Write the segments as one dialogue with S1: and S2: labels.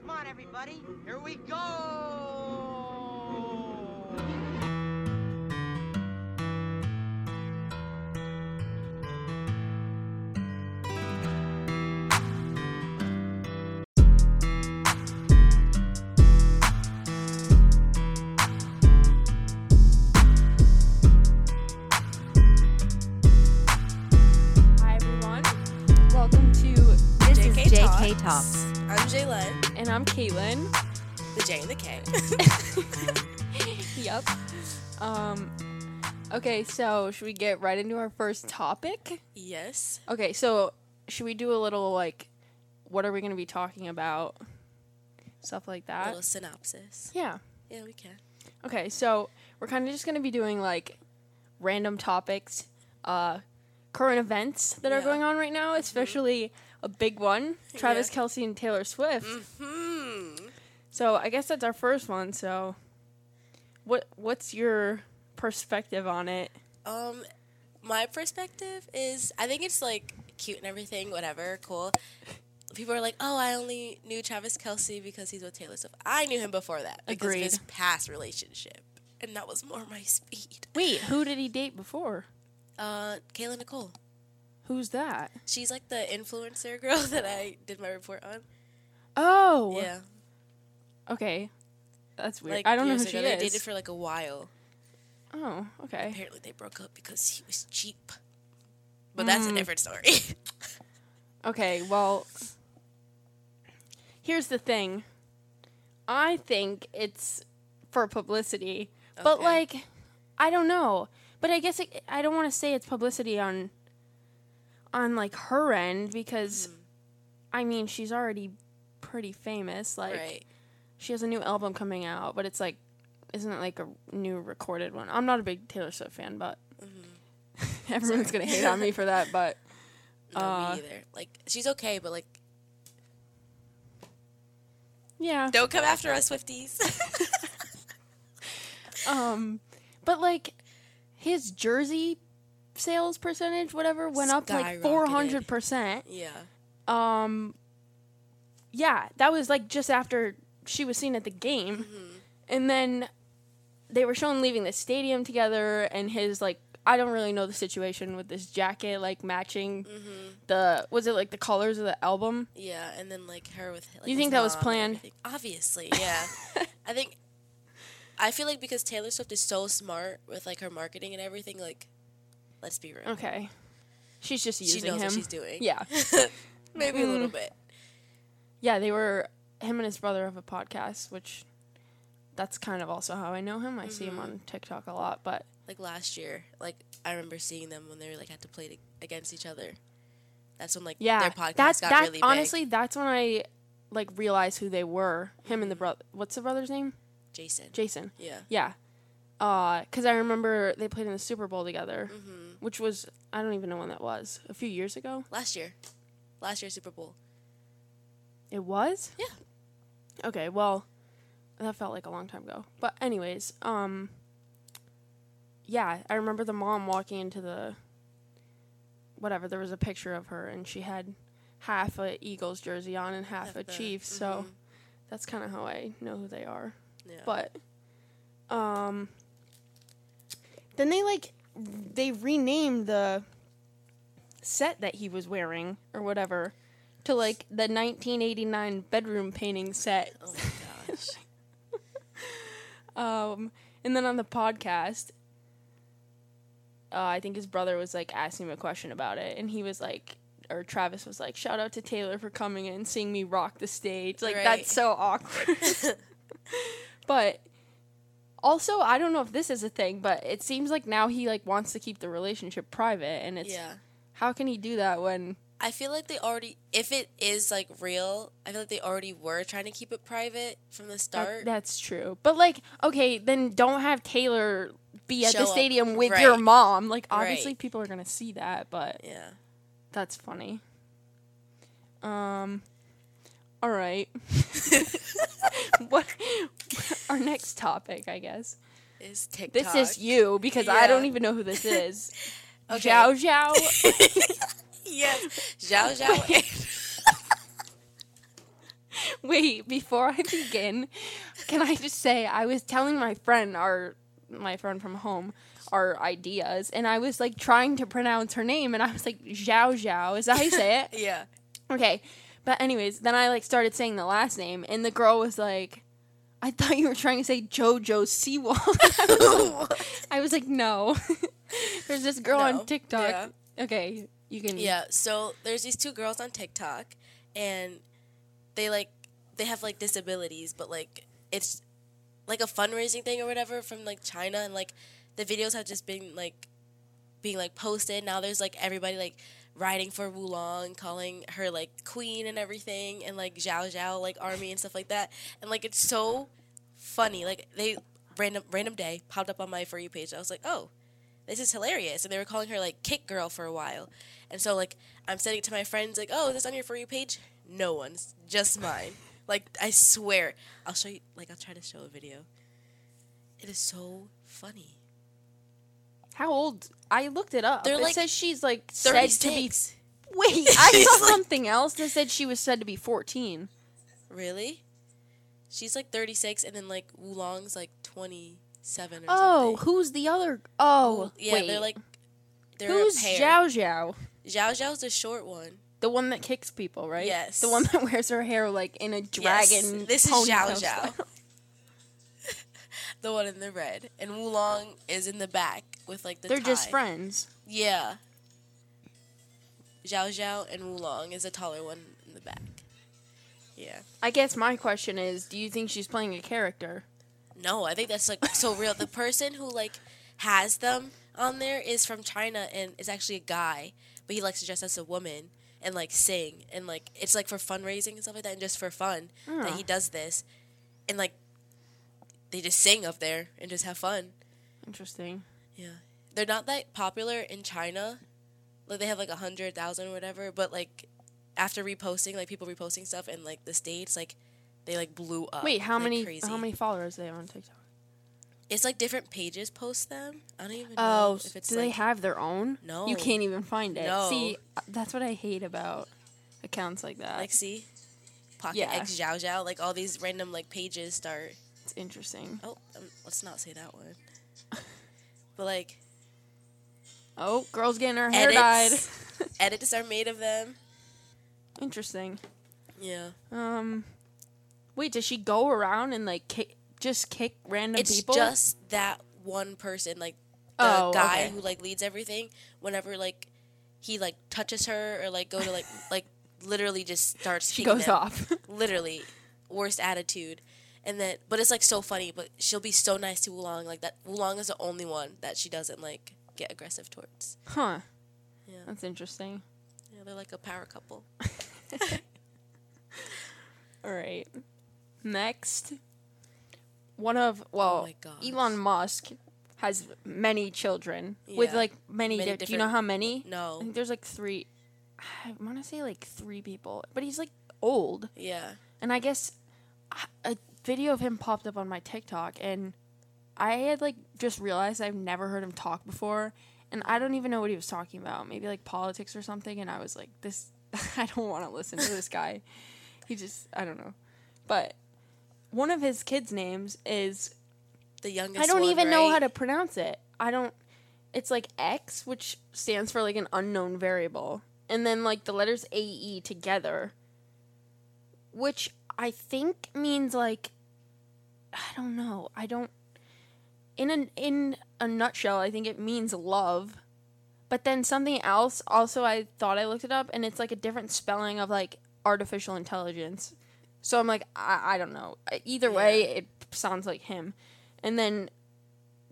S1: Come on, everybody. Here we go.
S2: Hi everyone, welcome to this
S3: JK
S2: is
S3: JK
S2: JK
S3: Talks.
S2: Talks,
S3: I'm Jaylen,
S2: and I'm Caitlin.
S3: the J and the K.
S2: Yep. Um. Okay, so should we get right into our first topic?
S3: yes.
S2: Okay, so should we do a little like, what are we gonna be talking about? Stuff like
S3: A
S2: that.
S3: little synopsis.
S2: Yeah.
S3: Yeah, we can.
S2: Okay, so we're kind of just gonna be doing like random topics, uh, current events that are
S3: Yeah. Mm-hmm.
S2: going on right now, especially a big one: Travis
S3: Yeah.
S2: Kelsey and Taylor Swift.
S3: Hmm.
S2: So I guess that's our first one. So, what what's your perspective on it?
S3: Um, my perspective is I think it's like cute and everything, whatever, cool. People are like, oh, I only knew Travis Kelsey because he's with Taylor Swift. I knew him before that because of his
S2: Agreed.
S3: past relationship, and that was more my speed.
S2: Wait, who did he date before?
S3: Uh, Kayla Nicole.
S2: Who's that?
S3: She's like the influencer girl that I did my report on.
S2: Oh,
S3: Yeah,
S2: Okay, that's weird.
S3: like
S2: I don't know
S3: years
S2: who she
S3: ago.
S2: is.
S3: They dated for like a while.
S2: oh, okay.
S3: apparently they broke up because he was cheap. But that's
S2: Mm.
S3: a different story.
S2: Okay, well, here's the thing. I think it's for publicity, but
S3: Okay.
S2: like, I don't know. But I guess it, I don't want to say it's publicity on, on like her end because,
S3: Mm-hmm.
S2: I mean, she's already pretty famous. Like,
S3: right.
S2: she has a new album coming out, but it's like, isn't it like a new recorded one? I'm not a big Taylor Swift fan, but
S3: Mm-hmm.
S2: everyone's gonna hate on me for that. But
S3: No,
S2: Uh,
S3: me either. Like she's okay, but like
S2: yeah,
S3: don't come after us, Swifties.
S2: Um, but like his jersey sales percentage, whatever, went up like
S3: Skyrocketed.
S2: four hundred percent.
S3: yeah.
S2: Um, yeah, that was like just after she was seen at the game,
S3: Mm-hmm.
S2: and then they were shown leaving the stadium together, and his like. I don't really know the situation with this jacket, like matching
S3: Mm-hmm.
S2: the was it like the colors of the album?
S3: Yeah, and then like her with like,
S2: You
S3: his
S2: think that was
S3: mom and
S2: planned?
S3: everything. Obviously, yeah. I think I feel like because Taylor Swift is so smart with like her marketing and everything, like let's be real.
S2: Okay, she's just using
S3: She knows
S2: him.
S3: what she's doing.
S2: Yeah,
S3: Maybe a
S2: Mm.
S3: little bit.
S2: Yeah, they were him and his brother have a podcast, which that's kind of also how I know him. I see him
S3: Mm-hmm.
S2: on TikTok a lot, but
S3: Like last year, like I remember seeing them when they were like had to play to- against each other. That's when like
S2: yeah,
S3: their podcast
S2: that's
S3: got
S2: that.
S3: really big.
S2: honestly, that's when I like realized who they were. Him and
S3: Mm-hmm.
S2: the brother. What's the brother's name?
S3: Jason.
S2: Jason.
S3: yeah.
S2: Yeah, because I remember they played in the Super Bowl together,
S3: Mm.
S2: which was I don't even know when that was. A few years ago,
S3: Mm-hmm. Last year. Last year's Super Bowl.
S2: it was.
S3: Yeah.
S2: Okay, well, that felt like a long time ago. But anyways, um yeah, I remember the mom walking into the whatever, there was a picture of her and she had half a Eagles jersey on and half
S3: Half
S2: a
S3: the- mm-hmm.
S2: Chiefs, so that's kind of how I know who they are.
S3: Yeah.
S2: But um then they like they renamed the set that he was wearing or whatever to like the 1989 bedroom painting set.
S3: oh my gosh.
S2: Um, and then on the podcast, uh, I think his brother was like asking him a question about it, and he was like, or Travis was like, "Shout out to Taylor for coming and seeing me rock the stage." Like
S3: Right.
S2: that's so awkward. but also, I don't know if this is a thing, but it seems like now he like wants to keep the relationship private, and it's
S3: yeah.
S2: how can he do that when
S3: I feel like they already if it is like real, I feel like they already were trying to keep it private from the
S2: That-
S3: start.
S2: that's true. But like, okay, then don't have Taylor be at
S3: Show
S2: the
S3: up.
S2: stadium with
S3: Right.
S2: your mom. Like obviously
S3: Right.
S2: people are gonna see that, but
S3: yeah.
S2: that's funny. Um all right. what our next topic, I guess.
S3: Is TikTok.
S2: This is you because I
S3: Yeah.
S2: don't even know who this is.
S3: Okay.
S2: Zhao Zhao.
S3: Yes. Zhao Zhao.
S2: Wait, before I begin, can I just say I was telling my friend our my friend from home our ideas and I was like trying to pronounce her name and I was like Zhao Zhao is that how you say it?
S3: Yeah.
S2: Okay. But anyways, then I like started saying the last name and the girl was like I thought you were trying to say JoJo Seawall. I, was like, I was like, no. There's this girl
S3: No.
S2: on TikTok.
S3: Yeah.
S2: Okay, you can
S3: Yeah, so there's these two girls on TikTok and they like they have like disabilities, but like it's like a fundraising thing or whatever from like China and like the videos have just been like being like posted. Now there's like everybody like riding for Wulong, calling her like queen and everything and like Zhao Zhao like army and stuff like that. And like it's so funny. Like they random random day popped up on my for you page. I was like, "Oh, this is hilarious. And they were calling her like Kick Girl for a while. And so like I'm sending it to my friends like, oh, is this on your for you page? No one's, just mine. like I swear, I'll show you. Like I'll try to show a video. It is so funny.
S2: How old? I looked it up.
S3: They're,
S2: it
S3: like,
S2: says she's like said to be.
S3: 36.
S2: Wait, I
S3: She's,
S2: saw
S3: like-
S2: something else that said she was said to be fourteen.
S3: Really? She's like 36, and then like Wulong's like 27 or
S2: Oh,
S3: something.
S2: who's the other? Oh,
S3: yeah,
S2: wait.
S3: they're like they're
S2: who's
S3: a pair.
S2: Zhao Zhao?
S3: Zhao Zhao's the short one.
S2: The one that kicks people, right?
S3: Yes.
S2: The one that wears her hair like in a
S3: Yes,
S2: dragon.
S3: This is
S2: ponytail
S3: Zhao
S2: style.
S3: Zhao. the one in the red. And Wulong is in the back with like the
S2: They're just
S3: tie.
S2: friends.
S3: Yeah. Zhao Zhao and Wulong is the taller one in the back. Yeah.
S2: I guess my question is, do you think she's playing a character?
S3: No, I think that's like so real. The person who like has them on there is from China and is actually a guy, but he likes to dress as a woman and like sing and like it's like for fundraising and stuff like that and just for fun that
S2: Oh.
S3: he does this. And like they just sing up there and just have fun.
S2: Interesting.
S3: Yeah. They're not that popular in China. Like they have like a hundred thousand or whatever, but like after reposting, like people reposting stuff in like the States, like they like blew up.
S2: Wait, how
S3: Uh, like,
S2: many?
S3: crazy.
S2: How many followers do they have on TikTok?
S3: It's like different pages post them. I don't even know
S2: Oh,
S3: if it's
S2: do
S3: like
S2: they have their own?
S3: No.
S2: you can't even find it.
S3: No.
S2: See, that's what I hate about accounts like that.
S3: like see, Pocket
S2: Yeah.
S3: X Zhao Zhao, like all these random like pages start.
S2: it's interesting.
S3: Oh, um, let's not say that one. But like
S2: Oh, girl's getting her hair
S3: edits,
S2: dyed.
S3: edits are made of them.
S2: interesting.
S3: Yeah,
S2: Um, wait, does she go around and like kick, just kick random
S3: it's
S2: people?
S3: just that one person, like the
S2: Oh,
S3: guy
S2: okay.
S3: who like leads everything. Whenever like he like touches her or like go to like like literally just starts.
S2: she
S3: hitting
S2: goes
S3: them.
S2: off.
S3: literally worst attitude and then but it's like so funny but she'll be so nice to wulong like that wulong is the only one that she doesn't like get aggressive towards
S2: huh.
S3: Yeah.
S2: That's interesting.
S3: you know, they're like a power couple
S2: All right. Next, one of well,
S3: Oh my gosh.
S2: Elon Musk has many children with
S3: Yeah.
S2: like many.
S3: Many
S2: di- do you know
S3: different-
S2: how many? I
S3: no
S2: think there's like three. I want to say like three people, but he's like old,
S3: yeah
S2: and I guess I- a video of him popped up on my TikTok, and I had like just realized I've never heard him talk before, and I don't even know what he was talking about. Maybe like politics or something, and I was like, this, I don't want to listen to this guy. he just, I don't know, but one of his kids' names is
S3: the youngest
S2: I don't
S3: one,
S2: even know how
S3: right?
S2: to pronounce it. I don't. It's like X, which stands for like an unknown variable, and then like the letters A E together, which I think means like I don't know. I don't. In an in a nutshell, I think it means love. But then something else. Also, I thought I looked it up, and it's like a different spelling of like artificial intelligence. So I'm like, I, I don't know. Either way, it sounds like him. And then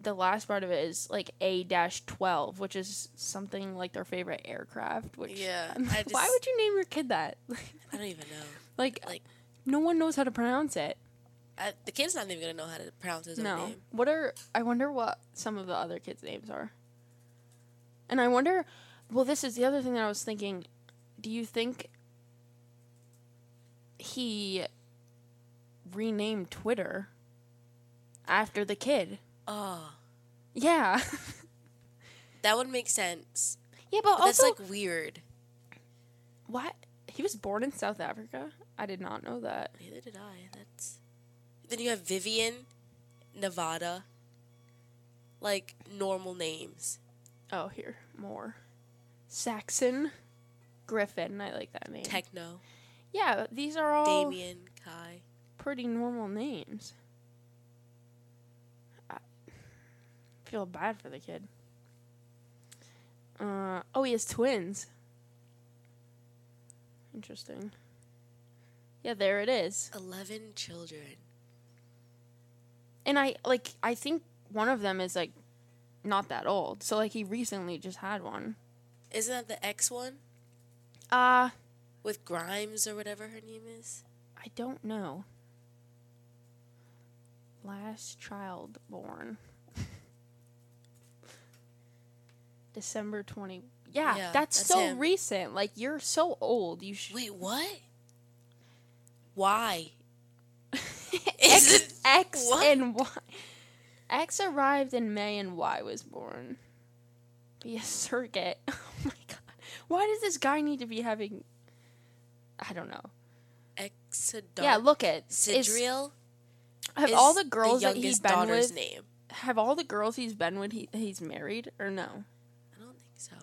S2: the last part of it is like A dash twelve, which is something like their favorite aircraft. Which
S3: Yeah,
S2: I'm
S3: I
S2: like,
S3: just-
S2: why would you name your kid that?
S3: i don't even know
S2: like,
S3: Like-
S2: no one knows how to pronounce it.
S3: I, the kid's not even gonna know how to pronounce his own
S2: No.
S3: name
S2: What are I wonder what some of the other kids' names are. And I wonder well this is the other thing that I was thinking. Do you think he renamed Twitter after the kid?
S3: oh
S2: Yeah.
S3: that would make sense
S2: yeah, but
S3: but that's
S2: also
S3: like weird
S2: what he was born in South Africa? I did not know that.
S3: Neither did I. That's then you have Vivian, Nevada. Like normal names.
S2: Oh, here more. Saxon, Griffin. I like that name.
S3: Techno,
S2: yeah, these are all
S3: Damien, Kai.
S2: pretty normal names. I feel bad for the kid. Uh, oh, he has twins. Interesting. Yeah, there it is.
S3: Eleven children.
S2: And I like I think one of them is like not that old. So like he recently just had one.
S3: Isn't that the X one
S2: Uh
S3: with Grimes or whatever her name is?
S2: I don't know. Last child born. December 20. Yeah,
S3: Yeah,
S2: that's,
S3: that's
S2: so
S3: him.
S2: recent. Like you're so old. You should
S3: Wait, what? Why? Is
S2: X,
S3: it-
S2: X
S3: What?
S2: and Y. X arrived in May and Y was born. Be a surrogate. Oh my god. Why does this guy need to be having I don't know.
S3: Exodon.
S2: yeah, look at
S3: Sidriel
S2: Have
S3: is
S2: all the girls
S3: the
S2: that he's
S3: youngest
S2: been
S3: daughter's
S2: with
S3: name.
S2: have all the girls he's been with he, he's married or no
S3: I don't think so.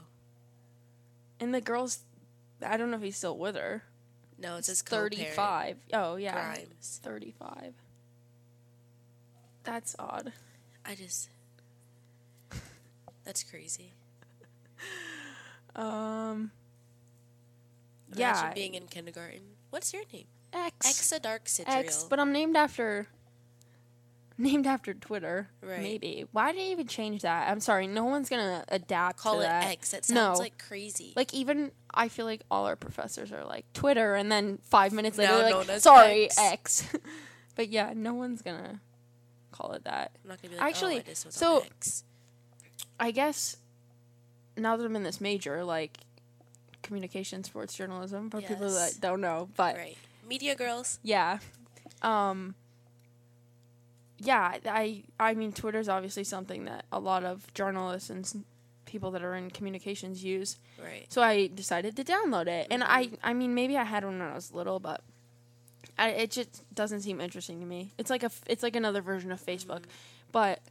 S2: and the girls i don't know if he's still with her
S3: No, it's his co-parent,
S2: 35 oh yeah
S3: Grimes.
S2: 35 that's odd
S3: I just. That's crazy.
S2: um
S3: Imagine
S2: yeah
S3: being in kindergarten. What's your name?
S2: x
S3: Exadark
S2: x
S3: Sidriel.
S2: but i'm named after named after twitter
S3: Right.
S2: maybe why did they even change that i'm sorry no one's gonna adapt
S3: Call
S2: to
S3: it
S2: that.
S3: X. That
S2: No.
S3: sounds like crazy.
S2: Like even I feel like all our professors are like Twitter, and then five minutes later
S3: Now
S2: they're
S3: known
S2: like,
S3: as
S2: "Sorry,
S3: X."
S2: X." but yeah, no one's gonna call it that.
S3: I'm not gonna be like,
S2: actually,
S3: oh, I just was
S2: so-
S3: on X.
S2: I guess now that I'm in this major, like communication, sports journalism, for people
S3: Yes.
S2: that don't know, but
S3: Right. Media girls.
S2: yeah, um, yeah, I I mean Twitter's obviously something that a lot of journalists and s- people that are in communications use.
S3: Right.
S2: So I decided to download it, and
S3: Mm-hmm.
S2: I I mean maybe I had one when I was little, but I, it just doesn't seem interesting to me. It's like a f- it's like another version of Facebook,
S3: Mm-hmm.
S2: but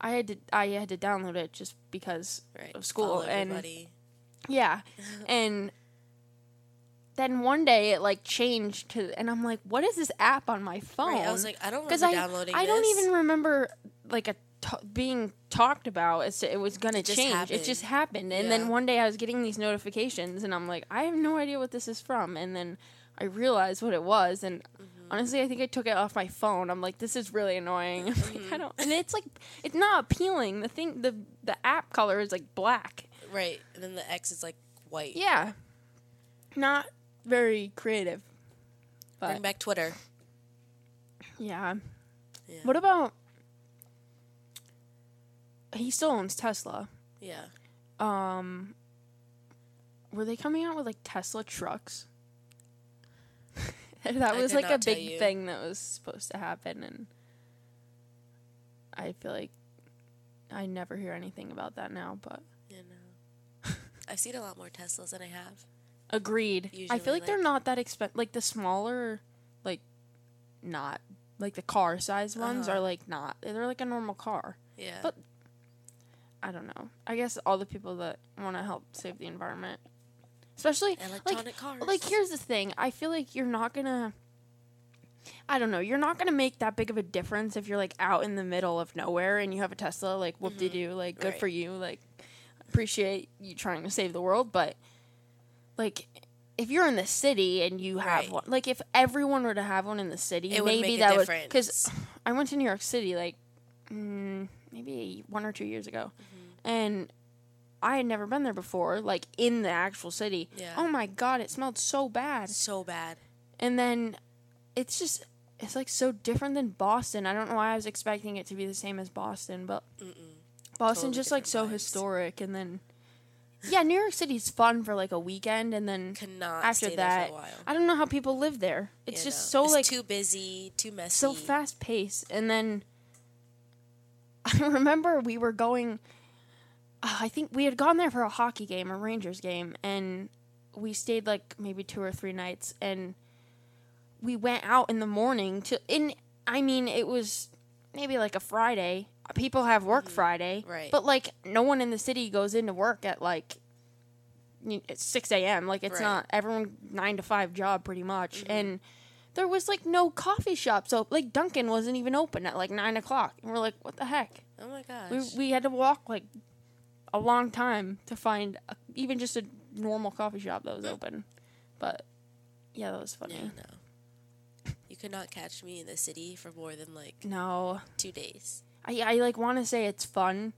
S2: I had to I had to download it just because
S3: Right.
S2: of school
S3: Follow
S2: and
S3: everybody.
S2: yeah, and then one day it like changed to, and I'm like, what is this app on my phone?
S3: Right, I was like, I don't
S2: because
S3: remember
S2: I
S3: downloading
S2: I don't
S3: this.
S2: even remember like a t- being talked about as to it was gonna
S3: just
S2: change.
S3: happened.
S2: It just happened, and
S3: Yeah.
S2: then one day I was getting these notifications, and I'm like, I have no idea what this is from, and then I realized what it was, and
S3: Mm-hmm.
S2: honestly, I think I took it off my phone. I'm like, this is really annoying. I'm like,
S3: Mm-hmm.
S2: I don't, and it's like it's not appealing. The thing, the the app color is like black.
S3: Right. And then the X is like white.
S2: Yeah, not very creative.
S3: Bring
S2: But
S3: back Twitter.
S2: yeah.
S3: Yeah.
S2: What about? He still owns Tesla.
S3: Yeah.
S2: Um, were they coming out with like Tesla trucks? that
S3: I
S2: was
S3: could
S2: like a
S3: not tell
S2: big
S3: you.
S2: thing that was supposed to happen, and I feel like I never hear anything about that now. But
S3: You know. I've seen a lot more Teslas than I have.
S2: agreed. I
S3: Usually,
S2: feel like, they're
S3: like-
S2: not that expensive. Like the smaller, like not like the car size ones
S3: Uh-huh.
S2: are like not. They're like a normal car.
S3: Yeah.
S2: But- I don't know. I guess all the people that want to help save the environment, especially
S3: Electronic
S2: like,
S3: cars.
S2: Like here's the thing. I feel like you're not gonna. I don't know. You're not gonna make that big of a difference if you're like out in the middle of nowhere and you have a Tesla. Like whoop de doo. Like good
S3: Mm-hmm. Right.
S2: for you. Like appreciate you trying to save the world, but like. If you're in the city and you have
S3: Right.
S2: one, like if everyone were to have one in the city,
S3: It would
S2: maybe
S3: make a
S2: that would
S3: difference.
S2: because I went to New York City like mm, maybe one or two years ago,
S3: Mm-hmm.
S2: and I had never been there before, like in the actual city.
S3: Yeah.
S2: Oh my god, it smelled so bad.
S3: so bad.
S2: And then it's just it's like so different than Boston. I don't know why I was expecting it to be the same as Boston, but Boston
S3: Totally
S2: just like so
S3: different vibes.
S2: historic and then yeah, New York City's fun for like a weekend and then
S3: Cannot
S2: after
S3: stay
S2: that
S3: there for a while.
S2: I don't know how people live there. It's
S3: you
S2: just so
S3: know. uh, It's
S2: like
S3: too busy, too messy.
S2: so fast paced and then i remember we were going uh, i think we had gone there for a hockey game a rangers game and we stayed like maybe two or three nights and we went out in the morning to in I mean it was maybe like a Friday. People have work Friday,
S3: Right.
S2: But like no one in the city goes into work at like you- at six a.m. Like it's
S3: Right. Mm-hmm.
S2: not everyone nine to five job pretty much, and there was like no coffee shops. So like Duncan wasn't even open at like nine o'clock, and we're like, what the heck?
S3: Oh my gosh.
S2: We we had to walk like a long time to find a, even just a normal coffee shop that was open. But yeah, that was funny.
S3: yeah, no. You could not catch me in the city for more than like
S2: Mm. No,
S3: two days.
S2: I I like want to say it's fun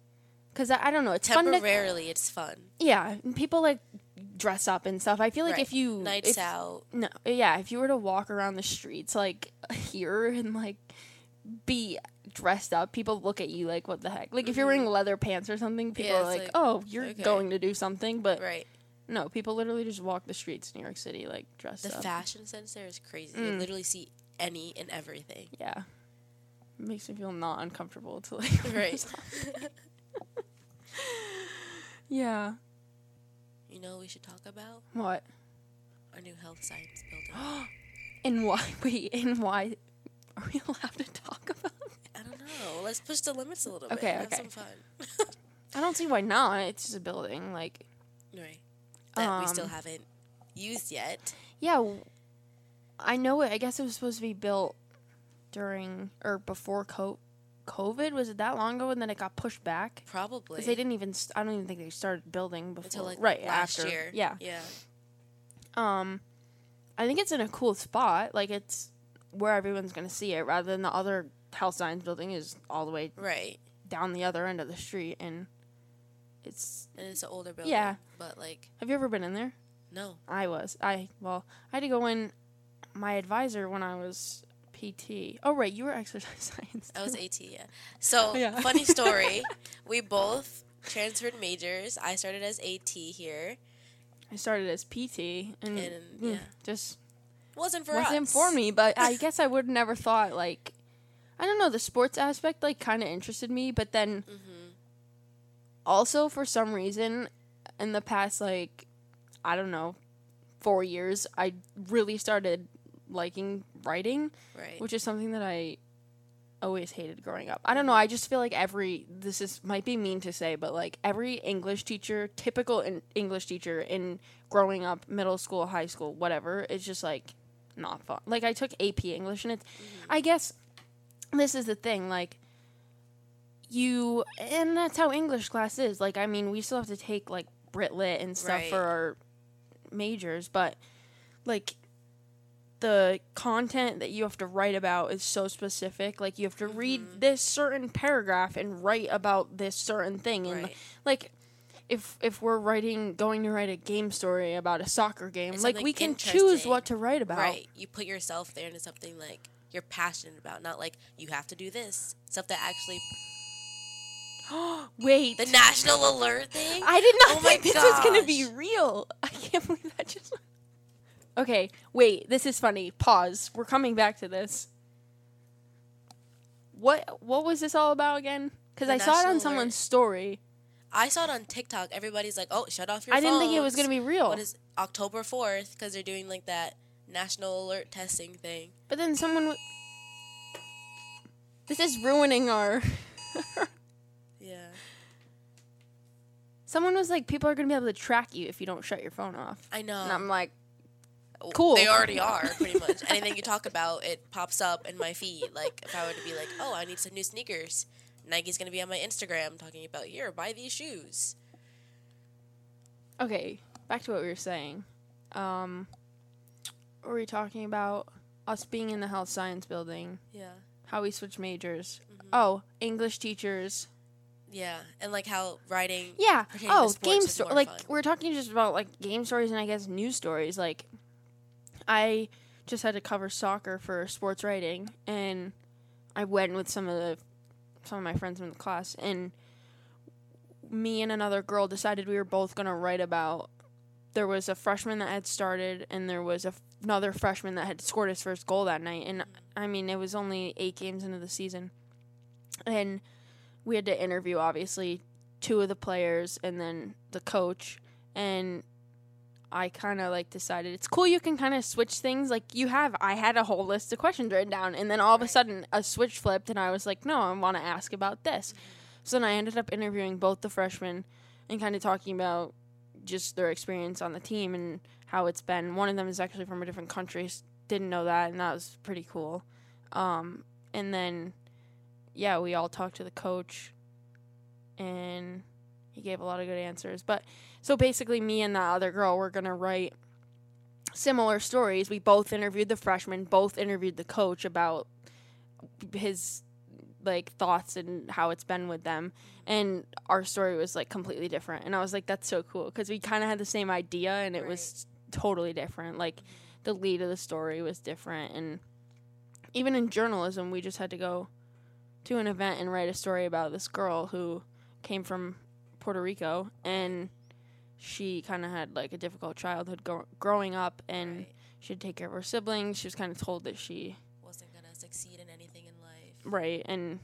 S2: because I, I don't know. It's fun. To,
S3: Temporarily, it's fun.
S2: yeah, and people like dress up and stuff. I feel like
S3: Right.
S2: if you
S3: nights
S2: if-
S3: out,
S2: no, yeah, if you were to walk around the streets like here and like be dressed up, people look at you like what the heck. Like if you're wearing leather pants or something, people
S3: Mm-hmm. Yeah,
S2: are
S3: it's
S2: like,
S3: like,
S2: oh, you're
S3: okay.
S2: going to do something. But
S3: right?
S2: no, people literally just walk the streets in New York City like dressed
S3: The
S2: up.
S3: fashion sense there is crazy.
S2: Mm.
S3: You literally see any and everything.
S2: yeah, it makes me feel not uncomfortable to like
S3: Right.
S2: yeah.
S3: you know, what we should talk about
S2: What?
S3: our new health science building.
S2: And why? Wait, and why are we allowed to talk about it?
S3: I don't know. Let's push the limits a little
S2: Okay,
S3: bit. Have
S2: okay.
S3: some fun.
S2: I don't see why not. It's just a building. Like,
S3: right. That we still
S2: Um,
S3: haven't used yet.
S2: yeah, w- I know it. I guess it was supposed to be built during or before co- COVID. Was it that long ago? And then it got pushed back.
S3: Probably.
S2: 'Cause they didn't even. St- I don't even think they started building before.
S3: until like
S2: right
S3: last
S2: after.
S3: year.
S2: Yeah.
S3: Yeah.
S2: Um, I think it's in a cool spot. Like it's where everyone's gonna see it, rather than the other health science building is all the way
S3: Right.
S2: down the other end of the street, and it's
S3: And it's an older building.
S2: Yeah.
S3: But like,
S2: Have you ever been in there?
S3: no.
S2: I was. I well, I had to go in. My advisor when I was PT. Oh right, you were exercise science.
S3: I was AT, yeah. So,
S2: Yeah.
S3: funny story. we both transferred majors. I started as AT here.
S2: I started as PT and,
S3: And,
S2: mm,
S3: yeah.
S2: just
S3: Wasn't for us.
S2: wasn't for me. But I guess I would never thought like I don't know the sports aspect like kind of interested me, but then
S3: Mm-hmm.
S2: also for some reason in the past like I don't know four years I really started liking writing.
S3: Right.
S2: which is something that I always hated growing up. I don't know. I just feel like every this is might be mean to say, but like every English teacher, typical in, English teacher in growing up, middle school, high school, whatever, it's just like not fun. Like I took AP English, and it's
S3: Mm-hmm.
S2: I guess this is the thing, like. You and that's how English class is. Like, I mean, we still have to take like Brit Lit and stuff
S3: Right.
S2: for our majors, but like the content that you have to write about is so specific. Like you have to
S3: Mm-hmm.
S2: read this certain paragraph and write about this certain thing. And
S3: Right.
S2: like if if we're writing going to write a game story about a soccer game,
S3: It's
S2: like
S3: something
S2: we can choose
S3: interesting.
S2: what to write about.
S3: Right. You put yourself there into something like you're passionate about, not like you have to do this. Stuff that actually
S2: Wait.
S3: the national alert thing.
S2: I did not
S3: Oh my
S2: think this was going to be
S3: gosh.
S2: real. I can't believe that just Okay, wait, this is funny. Pause. We're coming back to this. What what was this all about again? Cuz
S3: The
S2: I saw it
S3: National
S2: on
S3: Alert.
S2: someone's story.
S3: I saw it on TikTok. Everybody's like, "Oh, shut off your."
S2: I didn't think it was
S3: phones."
S2: gonna be real.
S3: What is October fourth? Because they're doing like that national alert testing thing.
S2: But then someone w- This is ruining our
S3: Yeah,
S2: Someone was like people are going to be able to track you if you don't shut your phone off.
S3: I know.
S2: And I'm like,
S3: W-
S2: cool.
S3: They already are pretty much. Anything you talk about, it pops up in my feed. Like if I were to be like, "Oh, I need some new sneakers," Nike's gonna be on my Instagram talking about here, buy these shoes.
S2: okay, back to what we were saying. Um were we talking about us being in the health science building?
S3: Yeah.
S2: how we switch majors. Oh, English teachers.
S3: Yeah, and like how writing.
S2: Yeah.
S3: pertaining to
S2: Oh,
S3: sports
S2: game
S3: is
S2: story.
S3: more
S2: Like
S3: fun.
S2: we're talking just about like game stories and I guess news stories. Like I just had to cover soccer for sports writing, and I went with some of the some of my friends in the class, and me and another girl decided we were both gonna write about. There was a freshman that had started, and there was a, f- another freshman that had scored his first goal that night. And I mean, it was only eight games into the season, and we had to interview obviously two of the players and then the coach. And I kind of like decided it's cool you can kind of switch things. Like you have, I had a whole list of questions written down, and then all of a sudden a switch flipped, and I was like, no, I want to ask about this. So then I ended up interviewing both the freshmen and kind of talking about just their experience on the team and how it's been. One of them is actually from a different country, s- didn't know that, and that was pretty cool. Um, and then, yeah, we all talked to the coach, and he gave a lot of good answers. But so basically, me and that other girl were gonna write similar stories. We both interviewed the freshman, both interviewed the coach about his like thoughts and how it's been with them and our story was like completely different and i was like that's so cool because we kind of had the same idea and it was totally different like the lead of the story was different and even in journalism we just had to go to an event and write a story about this girl who came from puerto rico and she kind of had like a difficult childhood gro- growing up and
S3: Right.
S2: she had to take care of her siblings she was kind of told that she
S3: Wasn't gonna succeed in anything in life.
S2: right and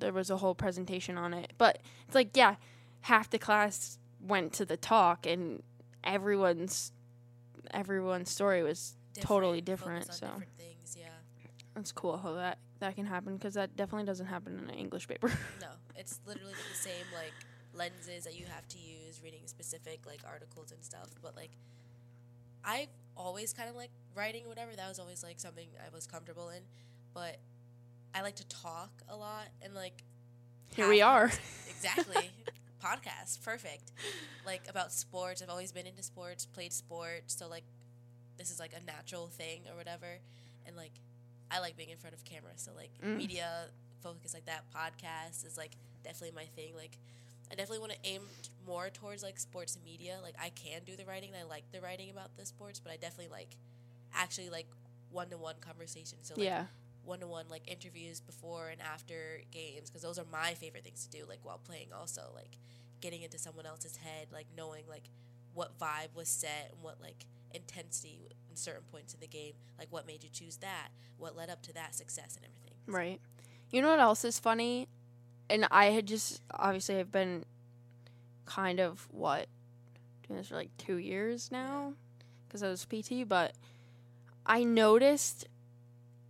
S2: there was a whole presentation on it but it's like yeah half the class went to the talk and everyone's everyone's story was totally different,
S3: focused
S2: so.
S3: on different things, yeah.
S2: that's cool how that that can happen because that definitely doesn't happen in an english paper
S3: No, it's literally the same like lenses that you have to use reading specific like articles and stuff. But like, I've always kind of like writing or whatever. That was always like something I was comfortable in. But I like to talk a lot and like.
S2: Here we
S3: have
S2: are.
S3: conversations- exactly. Podcast, perfect. Like about sports. I've always been into sports, played sports, so like this is like a natural thing or whatever. And like I like being in front of camera, so like
S2: Mm.
S3: media focus like that podcast is like definitely my thing. Like I definitely want to aim t- more towards like sports media. Like I can do the writing and I like the writing about the sports, but I definitely like actually like one to one conversation. So like
S2: yeah
S3: one to one like interviews before and after games because those are my favorite things to do like while playing also like getting into someone else's head like knowing like what vibe was set and what like intensity in certain points in the game like what made you choose that what led up to that success and everything
S2: right you know what else is funny and i had just obviously i've been kind of what doing this for like two years now because I was PT, but I noticed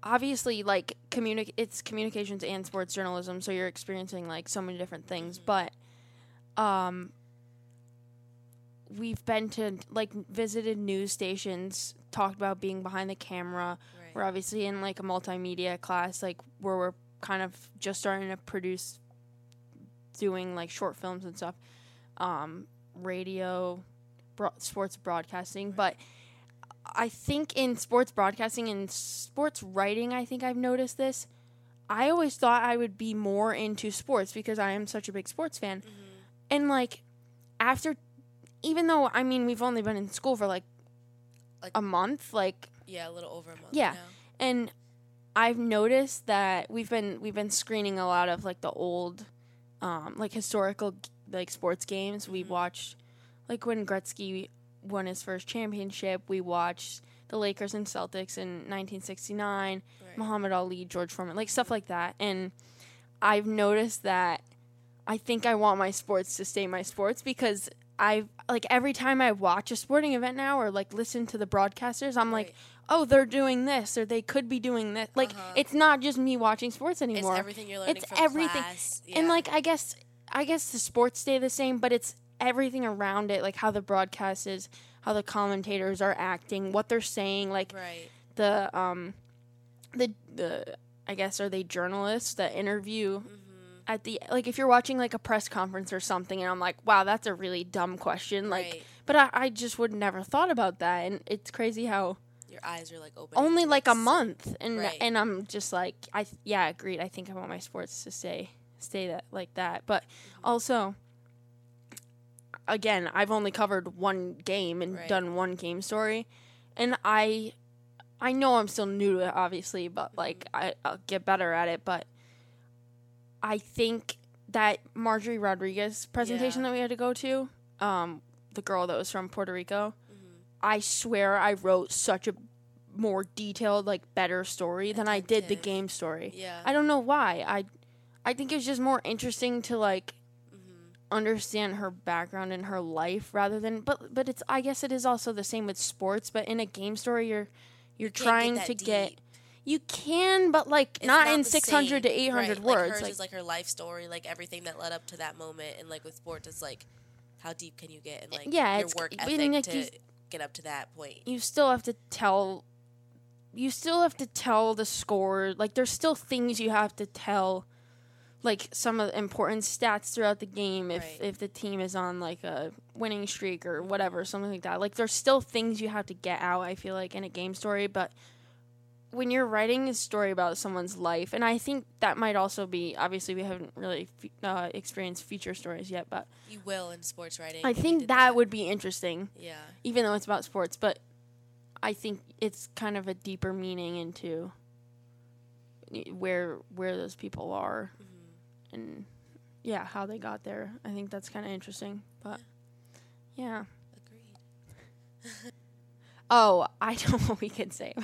S2: obviously like communic it's communications and sports journalism, so you're experiencing like so many different things, but um we've been to like visited news stations, talked about being behind the camera.
S3: Right.
S2: We're obviously in like a multimedia class, like where we're kind of just starting to produce doing like short films and stuff um, radio, bro- sports broadcasting. But I think in sports broadcasting and sports writing, I think I've noticed this. I always thought I would be more into sports because I am such a big sports fan.
S3: Mm-hmm.
S2: And like, after, even though, I mean, we've only been in school for like
S3: Like-
S2: a month, like,
S3: yeah a little over a month
S2: Yeah.
S3: now.
S2: and I've noticed that we've been we've been screening a lot of like the old, um, like historical g- like sports games. We watched like when Gretzky won his first championship. We watched the Lakers and Celtics in 1969.
S3: Right.
S2: Muhammad Ali, George Foreman, like stuff like that. And I've noticed that I think I want my sports to stay my sports because I like every time I watch a sporting event now or like listen to the broadcasters, I'm like,
S3: Right.
S2: oh, they're doing this or they could be doing this. Like
S3: Uh-huh.
S2: it's not just me watching sports
S3: it's
S2: anymore.
S3: everything you're learning
S2: It's
S3: from
S2: everything.
S3: class
S2: And
S3: yeah.
S2: like I guess I guess the sports stay the same, but it's everything around it, like how the broadcast is, how the commentators are acting, what they're saying, like
S3: right
S2: the um the the I guess are they journalists that interview
S3: Mm-hmm.
S2: at the like if you're watching like a press conference or something and I'm like, wow, that's a really dumb question. Like
S3: Right.
S2: but I, I just would never thought about that and it's crazy how
S3: your eyes are like open
S2: only
S3: to,
S2: like a
S3: see-
S2: month and
S3: Right.
S2: and I'm just like I th- yeah agreed I think I want my sports to stay stay that like that but
S3: Mm-hmm.
S2: also again I've only covered one game and
S3: Right.
S2: done one game story and I I know I'm still new to it obviously but
S3: Mm-hmm.
S2: like I, I'll get better at it but I think that Marjorie Rodriguez presentation
S3: Yeah.
S2: that we had to go to um the girl that was from Puerto Rico
S3: Mm-hmm.
S2: I swear I wrote such a more detailed, like better story than I did the
S3: Attentive.
S2: game story.
S3: yeah Mm-hmm.
S2: I don't know why. I I think it was just more interesting to like understand her background and her life rather than but but it's I guess it is also the same with sports, but in a game story you're you're
S3: get
S2: trying
S3: that
S2: to get
S3: deep.
S2: you can but like
S3: It's
S2: not, in
S3: the
S2: 600 to
S3: same.
S2: 800
S3: Right, Like
S2: words
S3: hers
S2: like,
S3: is like her life story, like everything that led up to that moment, and like with sports, it's like how deep can you get, and like
S2: yeah,
S3: your
S2: it's-
S3: work
S2: I
S3: ethic
S2: mean, like,
S3: to
S2: you-
S3: get up to that point.
S2: you still have to tell you still have to tell the score like there's still things you have to tell like some of the important stats throughout the game if
S3: Right.
S2: if the team is on like a winning streak or whatever something like that like there's still things you have to get out i feel like in a game story but when you're writing a story about someone's life and i think that might also be obviously we haven't really fe- uh, experienced feature stories yet but
S3: You will in sports writing.
S2: i
S3: if you
S2: think
S3: did
S2: that would be interesting
S3: Yeah,
S2: even though it's about sports, but I think it's kind of a deeper meaning into where where those people are
S3: Mm-hmm.
S2: and yeah, how they got there. I think that's kind of interesting, but yeah.
S3: agreed.
S2: Oh, I know what we could say.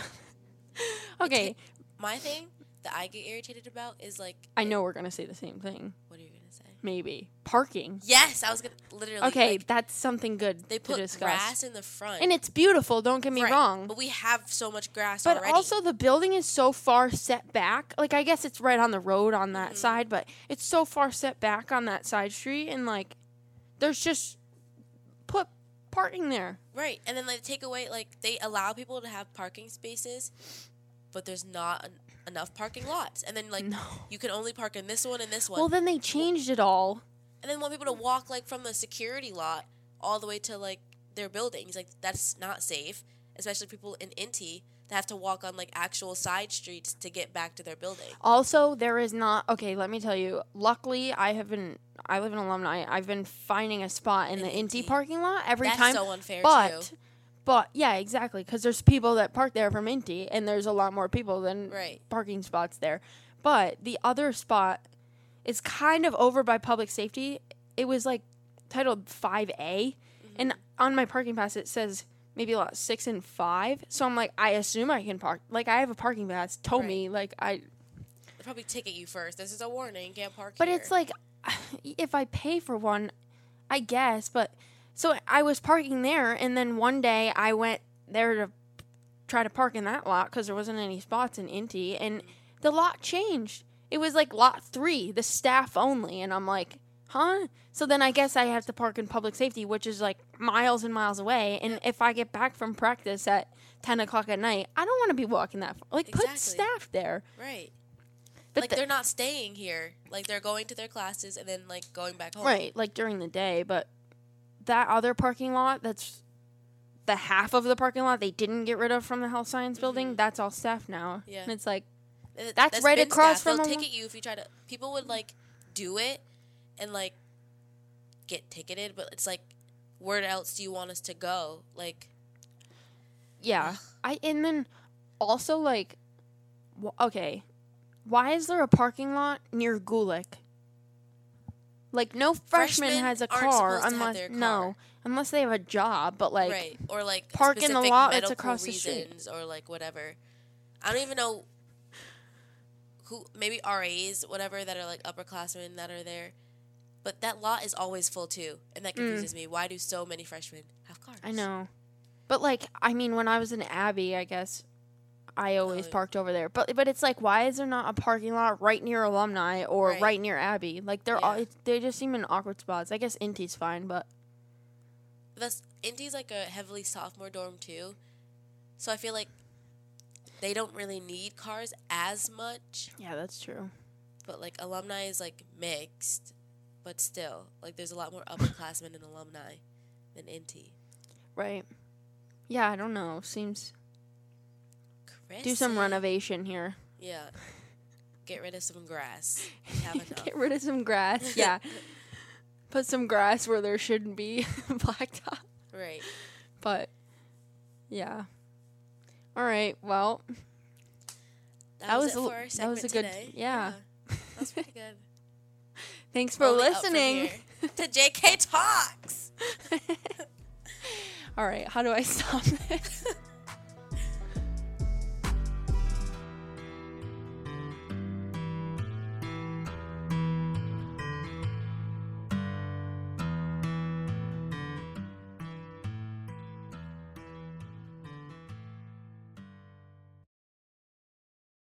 S2: okay,
S3: My thing that I get irritated about is like
S2: I know we're gonna say the same thing.
S3: What are you gonna say?
S2: Maybe parking.
S3: Yes, I was gonna literally.
S2: Okay,
S3: like,
S2: that's something good
S3: they
S2: to
S3: put
S2: discuss.
S3: grass in the front.
S2: and it's beautiful. Don't get me
S3: Right,
S2: wrong.
S3: but we have so much grass
S2: But
S3: already.
S2: also the building is so far set back. Like I guess it's right on the road on that
S3: Mm-hmm.
S2: side, but it's so far set back on that side street and like there's just put parking there.
S3: Right, and then like take away like they allow people to have parking spaces, but there's not en- enough parking lots, and then like you can only park in this one and this one,
S2: Well then they changed it all.
S3: and then want people to walk like from the security lot all the way to like their buildings. Like that's not safe, especially people in Inti that have to walk on like actual side streets to get back to their building.
S2: Also, there is not okay, let me tell you, luckily I have been I live in alumni. I've been finding a spot in,
S3: In
S2: the Inti
S3: Inti.
S2: parking lot every
S3: That's
S2: time.
S3: so unfair
S2: but
S3: too.
S2: but yeah, exactly, because there's people that park there from Inti, and there's a lot more people than
S3: Right.
S2: parking spots there. But the other spot is kind of over by public safety. It was like titled five A, and on my parking pass it says maybe lot six and five. So I'm like, I assume I can park. Like I have a parking pass. Told me like I,
S3: They probably ticket you first. This is a warning. You can't park.
S2: but
S3: here.
S2: it's like if I pay for one, I guess. But so I was parking there, and then one day I went there to try to park in that lot because there wasn't any spots in Inti, and the lot changed. It was like lot three, the staff only, and I'm like, huh? So then I guess I have to park in public safety, which is like miles and miles away. And if I get back from practice at ten o'clock at night, I don't want to be walking that. Far. Like put
S3: Exactly.
S2: staff there.
S3: right.
S2: But
S3: like
S2: the-
S3: they're not staying here. Like they're going to their classes and then like going back home.
S2: Right, like during the day, but that other parking lot that's the half of the parking lot they didn't get rid of from the health science building, that's all staff now.
S3: Mm-hmm. Yeah.
S2: And it's like
S3: Th-
S2: That's right
S3: been
S2: across
S3: staff.
S2: from
S3: They'll
S2: a-
S3: ticket you if you try to. People would like do it and like get ticketed, but it's like where else do you want us to go? Like
S2: yeah. I and then also like wh- okay. Why is there a parking lot near Gulick? Like no freshman
S3: Freshmen
S2: has a
S3: aren't
S2: car
S3: supposed to have
S2: unless
S3: their
S2: no, unless they have a job, but like
S3: right or like
S2: park in the
S3: specific
S2: lot that's
S3: medical
S2: across the street.
S3: reasons or like whatever. I don't even know who maybe RAs whatever that are like upperclassmen that are there. But that lot is always full too, and that confuses me. Why do so many freshmen have cars?
S2: Mm. I know. But like, I mean, when I was in Abbey, I guess I always
S3: Oh.
S2: parked over there. But but it's like, why is there not a parking lot right near alumni or right,
S3: Right.
S2: near Abbey? Like they're all
S3: Yeah.
S2: it- they just seem in awkward spots. I guess Inti's fine, but
S3: That's Indy's like a heavily sophomore dorm too, so I feel like they don't really need cars as much.
S2: yeah, that's true.
S3: But like alumni is like mixed, but still like there's a lot more upperclassmen and alumni than Indy.
S2: Right. Yeah, I don't know. Seems
S3: Chris,
S2: do some renovation here.
S3: Yeah, get rid of some grass. We have enough.
S2: Get rid of some grass. Yeah. Put some grass where there shouldn't be blacktop.
S3: Right.
S2: But yeah. All right. Well,
S3: That,
S2: That
S3: was,
S2: was
S3: it
S2: a-
S3: for our
S2: that was
S3: segment
S2: a good-
S3: today.
S2: yeah.
S3: That was pretty good.
S2: thanks for
S3: Only up from
S2: listening.
S3: here to JK Talks.
S2: All right, how do I stop this?